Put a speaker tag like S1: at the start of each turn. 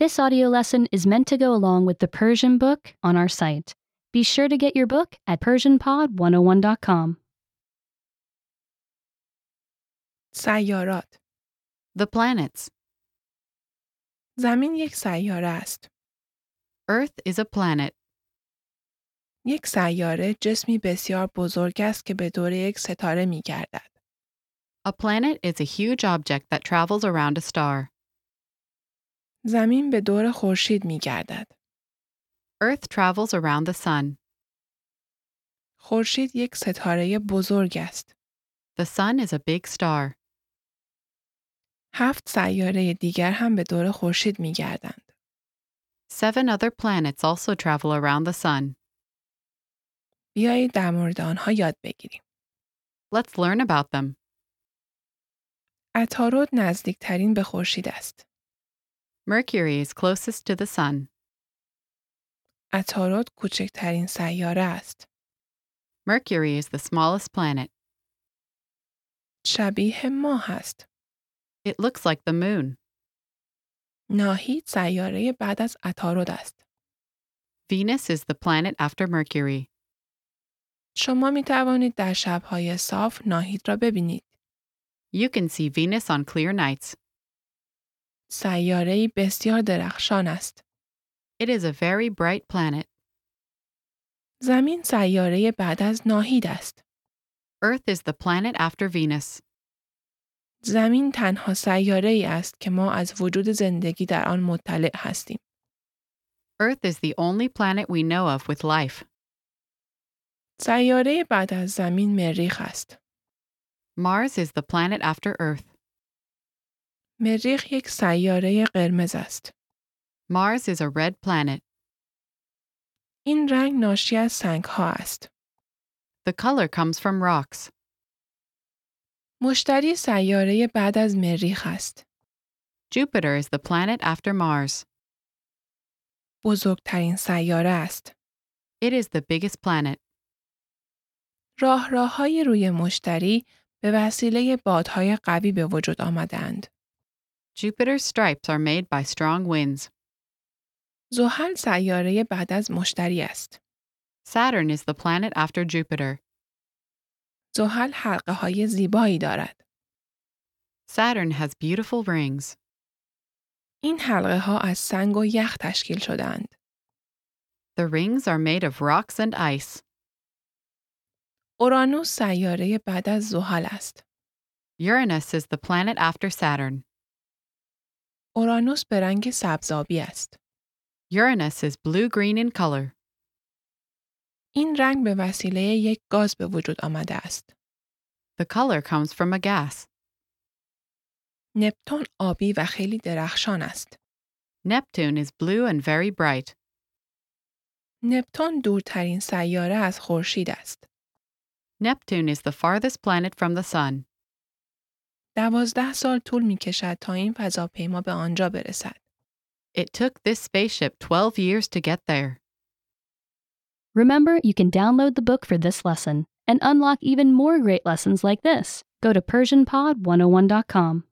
S1: This audio lesson is meant to go along with the Persian book on our site. Be sure to get your book at PersianPod101.com.
S2: سیارات
S3: The planets.
S2: زمین یک سیاره است.
S3: Earth is a planet.
S2: یک سیاره جسمی بسیار بزرگ است که به دور یک ستاره می گردد.
S3: A planet is a huge object that travels around a star.
S2: زمین به دور خورشید می گردد.
S3: Earth travels around the sun.
S2: خورشید یک ستاره بزرگ است.
S3: The sun is a big star.
S2: هفت سیاره دیگر هم به دور خورشید می گردند.
S3: Seven other planets also travel around the sun.
S2: بیایید در مورد آنها یاد بگیریم.
S3: Let's learn about them.
S2: عطارد نزدیکترین به خورشید است.
S3: Mercury is closest to the sun.
S2: عطارد کوچکترین سیاره است.
S3: Mercury is the smallest planet.
S2: شبیه ماه است.
S3: It looks like the moon.
S2: ناهید سیاره بعد از عطارد است.
S3: Venus is the planet after Mercury.
S2: شما می توانید در شبهای صاف ناهید را ببینید.
S3: You can see Venus on clear nights.
S2: سیاره‌ای بسیار درخشان است.
S3: It is a very bright planet.
S2: زمین سیاره بعد از ناهید است.
S3: Earth is the planet after Venus.
S2: زمین تنها سیاره ای است که ما از وجود زندگی در آن مطلع هستیم.
S3: Earth is the only planet we know of with life.
S2: سیاره بعد از زمین مریخ است.
S3: Mars is the planet after Earth.
S2: مریخ یک سیاره قرمز است.
S3: Mars is a red planet.
S2: این رنگ ناشی از سنگ ها است.
S3: The color comes from rocks.
S2: مشتری سیاره بعد از مریخ است.
S3: Jupiter is the planet after Mars.
S2: بزرگترین سیاره است.
S3: It is the biggest planet.
S2: راه راه های روی مشتری به وسیله بادهای قوی به وجود آمدند.
S3: Jupiter's stripes are made by strong winds.
S2: زحل سیاره بعد از مشتری است.
S3: Saturn is the planet after Jupiter.
S2: زحل حلقه های زیبایی دارد.
S3: Saturn has beautiful rings.
S2: این حلقه ها از سنگ و یخ تشکیل شدند.
S3: The rings are made of rocks and ice.
S2: اورانوس سیاره بعد از زحل است.
S3: Uranus is the planet after Saturn.
S2: اورانوس به رنگ سبزآبی است.
S3: Uranus is blue green in color.
S2: این رنگ به وسیله یک گاز به وجود آمده است.
S3: The color comes from a gas.
S2: نپتون آبی و خیلی درخشان است.
S3: Neptune is blue and very bright.
S2: نپتون دورترین سیاره از خورشید است.
S3: Neptune is the farthest planet from the sun.
S2: دوازده سال طول می کشد تا این فضاپیما به آنجا برسد.
S3: It took this spaceship 12 years to get there.
S1: Remember, you can download the book for this oh lesson and unlock even more great lessons like this. Go to PersianPod101.com.